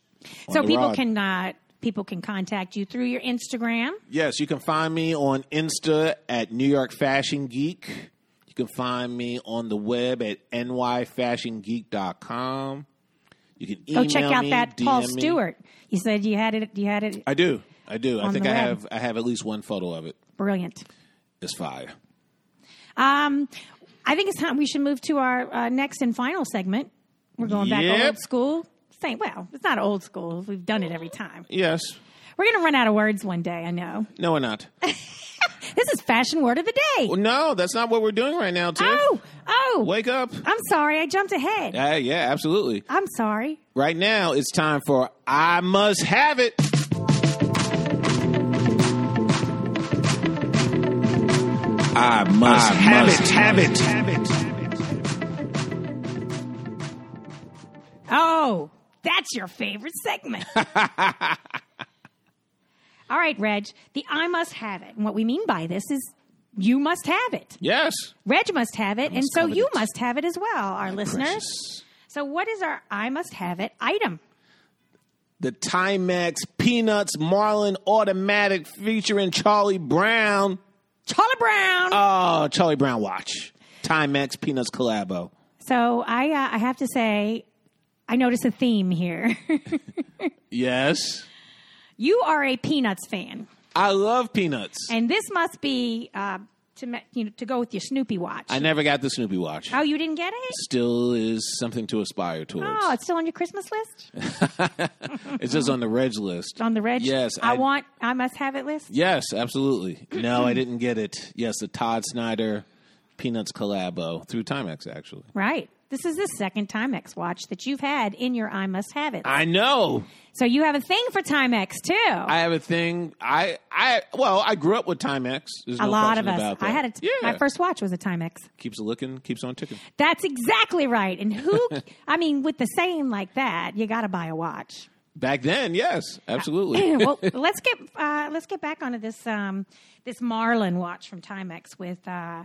on
So
the
people
rod.
can uh, people can contact you through your Instagram.
Yes, you can find me on Insta at New York Fashion Geek. You can find me on the web at nyfashiongeek.com. You can email
Go check out
me,
that
DM
Paul
me.
Stewart. You said you had it. You had it.
I do. I do. I
On
think
the
I
web.
have I have at least one photo of it.
Brilliant.
It's fire.
Um, I think it's time we should move to our uh, next and final segment. We're going back
Yep.
old school. Same. Well, it's not old school. We've done it every time.
Yes.
We're going to run out of words one day. I know.
No, we're not.
This is fashion word of the day.
Well, no, that's not what we're doing right now, Tiff.
Oh, oh.
Wake up.
I'm sorry, I jumped ahead.
Yeah, yeah, absolutely.
I'm sorry.
Right now, it's time for I Must Have It. I must, have, it, have it.
Oh, that's your favorite segment. All right, Reg, the I must have it. And what we mean by this is you must have it.
Yes.
Reg must have it, and
must
so
covet
you
it.
must have it as well, our listeners.
Precious.
So, what is our I must have it item?
The Timex Peanuts Marlin Automatic featuring Charlie Brown.
Charlie Brown.
Oh, Charlie Brown watch. Timex Peanuts collabo.
so, I uh, I have to say, I notice a theme here.
Yes.
you are a Peanuts fan,
I love Peanuts.
and this must be uh, to ma- you know, to go with your Snoopy watch.
I never got the Snoopy watch.
oh, you didn't get it?
Still is something to aspire towards.
Oh, it's still on your Christmas list? It's
It's just on the Reg list.
on the Reg?
Yes,
I,
I-
want, I must have it list.
Yes, absolutely. No, I didn't get it. Yes, the Todd Snyder Peanuts collabo through Timex, actually.
Right. This is the second Timex watch that you've had in your I must have it.
I know.
so you have a thing for Timex too.
I have a thing. I, I, well, I grew up with Timex. There's
A
no
lot
question
of us.
About that.
I had a t-
yeah.
my first watch was a Timex.
Keeps looking, keeps on ticking.
That's exactly right. And who? I mean, with the saying like that, you got to buy a watch.
Back then, yes, absolutely.
well, let's get uh, let's get back onto this um, this Marlin watch from Timex with uh,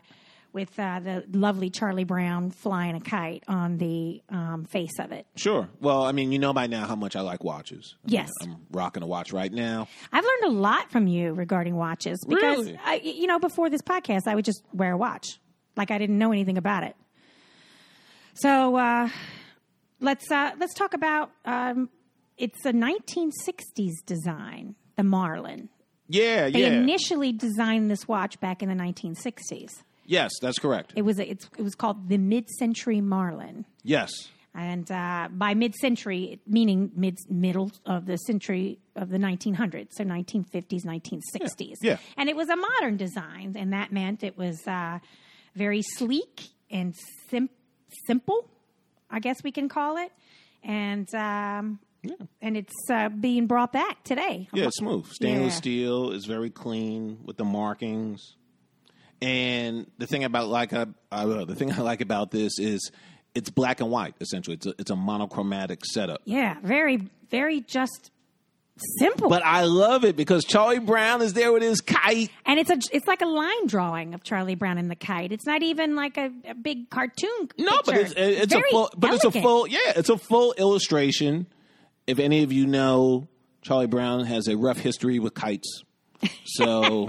with uh, the lovely Charlie Brown flying a kite on the um, face of it.
sure. Well, I mean, you know by now how much I like watches. I mean,
Yes.
I'm rocking a watch right now.
I've learned a lot from you regarding watches because
Really?
I, you know before this podcast I would just wear a watch like I didn't know anything about it. So uh, let's uh, let's talk about um, it's a 1960s design, the Marlin.
Yeah,
They
yeah.
initially designed this watch back in the 1960s.
yes, that's correct.
It was a, it's, it was called the mid-century Marlin.
yes.
And uh, by mid-century, meaning mid middle of the century of the 1900s, so 1950s, 1960s.
yeah.
And it was a modern design, and that meant it was uh, very sleek and sim- simple, I guess we can call it. And um, and it's uh, being brought back today.
Yeah, it's smooth. Stainless
Yeah.
steel is very clean with the markings. And the thing about like I, I uh, the thing I like about this is it's black and white essentially. It's a, it's a monochromatic setup.
Yeah, very very just simple.
But I love it because Charlie Brown is there with his kite.
And it's a it's like a line drawing of Charlie Brown and the kite. It's not even like a, a big cartoon.
No, but it's
picture.
it's
Very
a full but it's a
elegant.
full yeah, it's a full illustration. If any of you know, Charlie Brown has a rough history with kites. So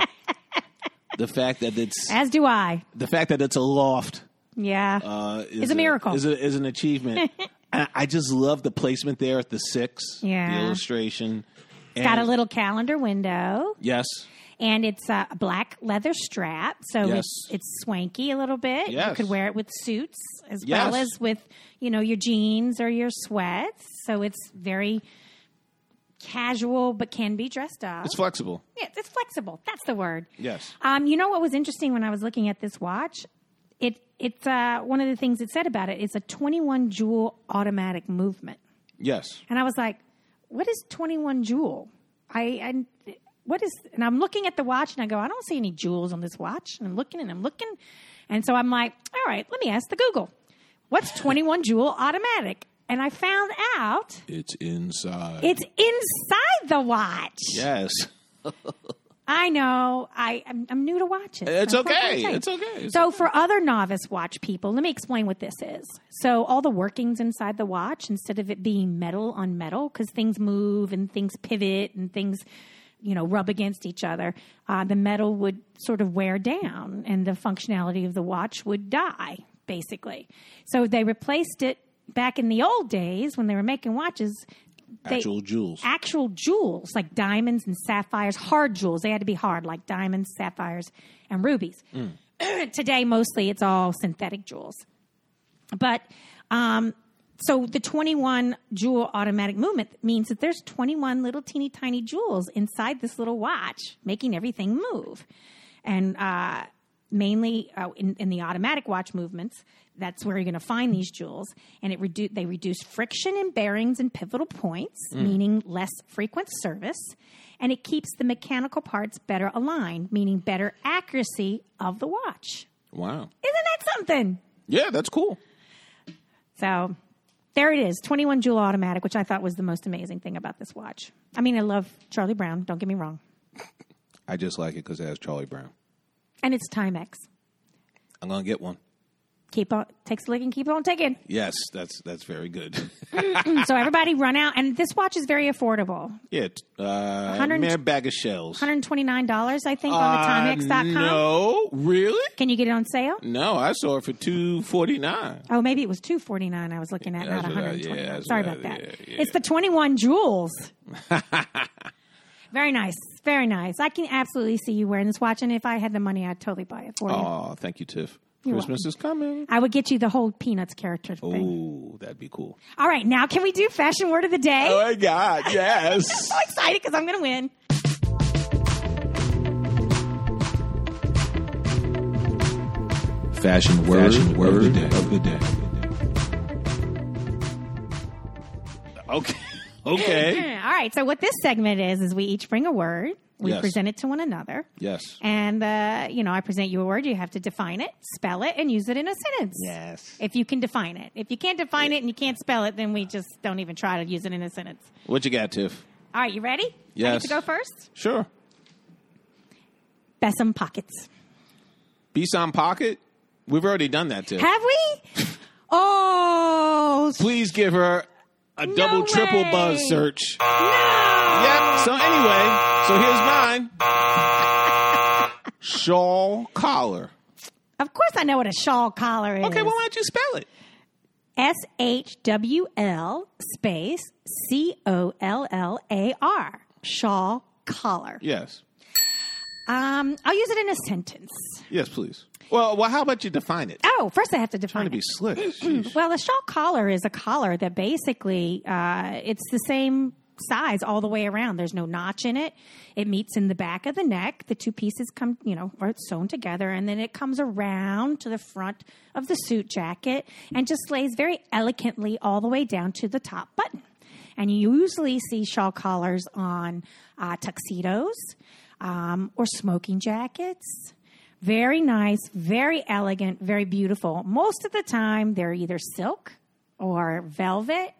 the fact that it's
As do I.
the fact that it's a loft
Yeah.
uh, is
It's a miracle.
Is, a, is an achievement. and I just love the placement there at the six.
Yeah.
The illustration. And
Got a little calendar window,
Yes.
and it's uh, a black leather strap, so
Yes.
it's it's swanky a little bit. You
Yes.
could wear it with suits as
Yes.
well as with you know your jeans or your sweats. So it's very casual, but can be dressed up.
It's flexible.
Yeah, it's flexible. That's the word.
Yes.
Um, you know what was interesting when I was looking at this watch? It it's uh, one of the things it said about it. It's a 21 joule automatic movement,
Yes.
and I was like, "What is 21 joule?" I, I what is? And I'm looking at the watch, and I go, "I don't see any joules on this watch." And I'm looking, and I'm looking, and so I'm like, "All right, let me ask the Google, what's 21 joule automatic?" And I found out
It's inside.
it's inside the watch.
yes.
I know. I I'm, I'm new to watches.
It's
That's what I'm
okay.
saying.
It's okay.
So for other novice watch people, let me explain what this is. So all the workings inside the watch, instead of it being metal on metal, because things move and things pivot and things, you know, rub against each other, uh, the metal would sort of wear down and the functionality of the watch would die, basically. So they replaced it back in the old days when they were making watches. They,
Actual jewels.
actual jewels like diamonds and sapphires, hard jewels. They had to be hard, like diamonds, sapphires, and rubies. Today, mostly it's all synthetic jewels. But um, so the 21 jewel automatic movement means that there's 21 little teeny tiny jewels inside this little watch, making everything move. and uh, mainly uh, in, in the automatic watch movements. That's where you're going to find these jewels, and it redu- they reduce friction in bearings and pivotal points, meaning less frequent service, and it keeps the mechanical parts better aligned, meaning better accuracy of the watch.
Wow.
Isn't that something?
Yeah, that's cool.
So there it is, 21 jewel automatic, which I thought was the most amazing thing about this watch. I mean, I love Charlie Brown, don't get me wrong.
I just like it because it has Charlie Brown.
And it's Timex.
I'm gonna get one.
Keep on, takes a lick and keep on taking.
Yes, that's that's very good.
so everybody run out. And this watch is very affordable.
yeah, t- uh,
100
mere bag of shells.
$129, I think, on the
Uh,
Timex.com.
no, really?
Can you get it on sale?
No, I saw it for two forty nine.
Oh, maybe it was two forty nine. I was looking at,
That's
not one
what I-
hundred twenty
yeah,
nine.
that's
Sorry
what I-
about that.
yeah, yeah.
It's the twenty one jewels. very nice, very nice. I can absolutely see you wearing this watch, and if I had the money, I'd totally buy it for you.
Oh, thank you, Tiff. Christmas is coming.
I would get you the whole Peanuts character thing.
Ooh, that'd be cool.
All right, now can we do fashion word of the day?
Oh my God, yes.
so excited because I'm going to win.
Fashion word,
Fashion
word,
word
of the day. Okay. Okay.
All right, so what this segment is is we each bring a word, we
Yes.
present it to one another.
yes.
And uh, you know, I present you a word. You have to define it, spell it, and use it in a sentence.
Yes.
If you can define it. If you can't define it and you can't spell it, then we just don't even try to use it in a sentence.
What you got, Tiff?
All right, you ready? I
Yes.
get to go first.
Sure.
Besom pockets.
Beeson Pocket. We've already done that, Tiff.
Have we? Oh s-
Please give her a double, triple
way.
buzz search.
no!
Yep. So anyway, so here's mine. Shawl collar.
Of course, I know what a shawl collar is.
Okay, well, why don't you spell it?
S H W L space C O L L A R. Shawl collar.
Yes.
Um, I'll use it in a sentence.
Yes, please. Well, well, how about you define it?
Oh, first I have to
trying
define
to be
it.
slick. Sheesh.
Well, a shawl collar is a collar that basically uh, it's the same size all the way around. There's no notch in it. It meets in the back of the neck. The two pieces come, you know, are sewn together, and then it comes around to the front of the suit jacket and just lays very elegantly all the way down to the top button. And you usually see shawl collars on uh, tuxedos um, or smoking jackets. Very nice, very elegant, very beautiful. Most of the time, they're either silk or velvet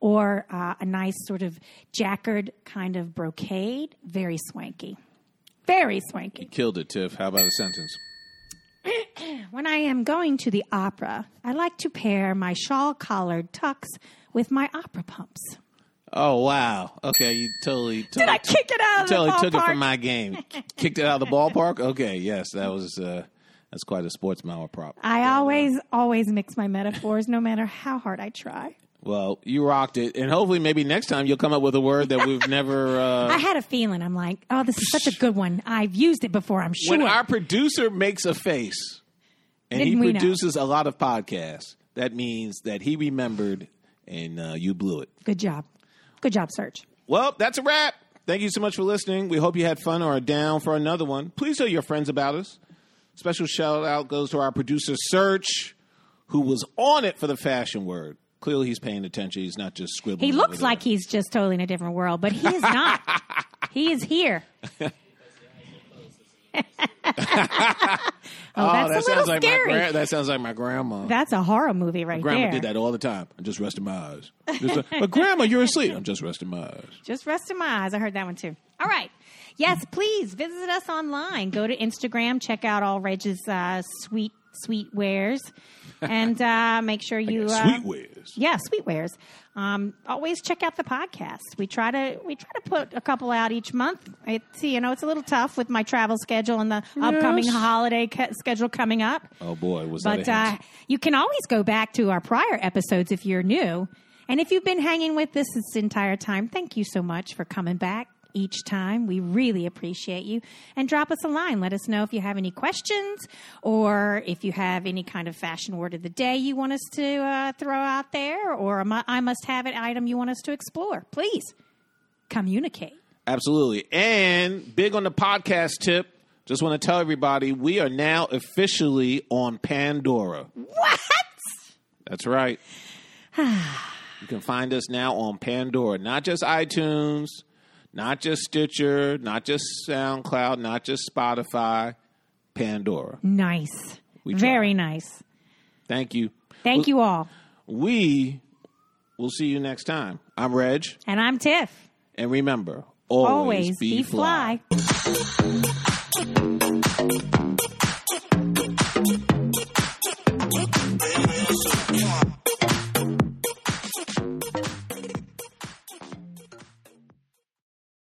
or uh, a nice sort of jacquard kind of brocade. Very swanky. Very swanky.
Killed it, Tiff. How about a sentence?
When I am going to the opera, I like to pair my shawl collared tux with my opera pumps.
Oh wow. Okay, you totally. totally
Did I kick it out of
totally
the ballpark?
took it from my game. Kicked it out of the ballpark. Okay, yes, that was uh, that's quite a sports prop.
I always, always mix my metaphors, no matter how hard I try.
Well, you rocked it, and hopefully, maybe next time you'll come up with a word that we've never. Uh,
I had a feeling. I'm like, oh, this is such a good one. I've used it before. I'm sure.
when our producer makes a face, and
Didn't
he
we know?
produces a lot of podcasts, that means that he remembered, and uh, you blew it.
Good job. Good job, Serge.
Well, that's a wrap. Thank you so much for listening. We hope you had fun or are down for another one. Please tell your friends about us. Special shout out goes to our producer, Search, who was on it for the fashion word. Clearly, he's paying attention. He's not just scribbling.
He
over
looks
there.
like he's just totally in a different world, but he is not. he is here. oh,
Oh, that
that's a little
sounds like
scary.
my gra- that sounds like my grandma.
that's a horror movie right
grandma
there.
did that all the time. I'm just resting my eyes. Just like, but grandma, you're asleep. I'm just resting my eyes.
Just rest in my eyes. I heard that one too. All right. Yes, please visit us online. Go to Instagram. Check out all Reg's uh, sweet sweet wares, and uh, make sure you uh,
Sweet whiz.
Yeah, sweetwares. Um, always check out the podcast. We try to we try to put a couple out each month. It's you know it's a little tough with my travel schedule and the upcoming holiday ca- schedule coming up.
Oh boy, was
but
that a hint.
uh, you can always go back to our prior episodes if you're new, and if you've been hanging with us this entire time, thank you so much for coming back each time. We really appreciate you. And drop us a line. Let us know if you have any questions or if you have any kind of fashion word of the day you want us to uh, throw out there, or a mu- I must have it item you want us to explore. Please communicate.
Absolutely. And big on the podcast tip. Just want to tell everybody we are now officially on Pandora.
What?
That's right. you can find us now on Pandora, not just iTunes, not just Stitcher, not just SoundCloud, not just Spotify, Pandora.
Nice.
We tried.
Very nice.
Thank you.
Thank you all.
We will see you next time. I'm Reg,
And I'm Tiff.
and remember always,
Always be fly.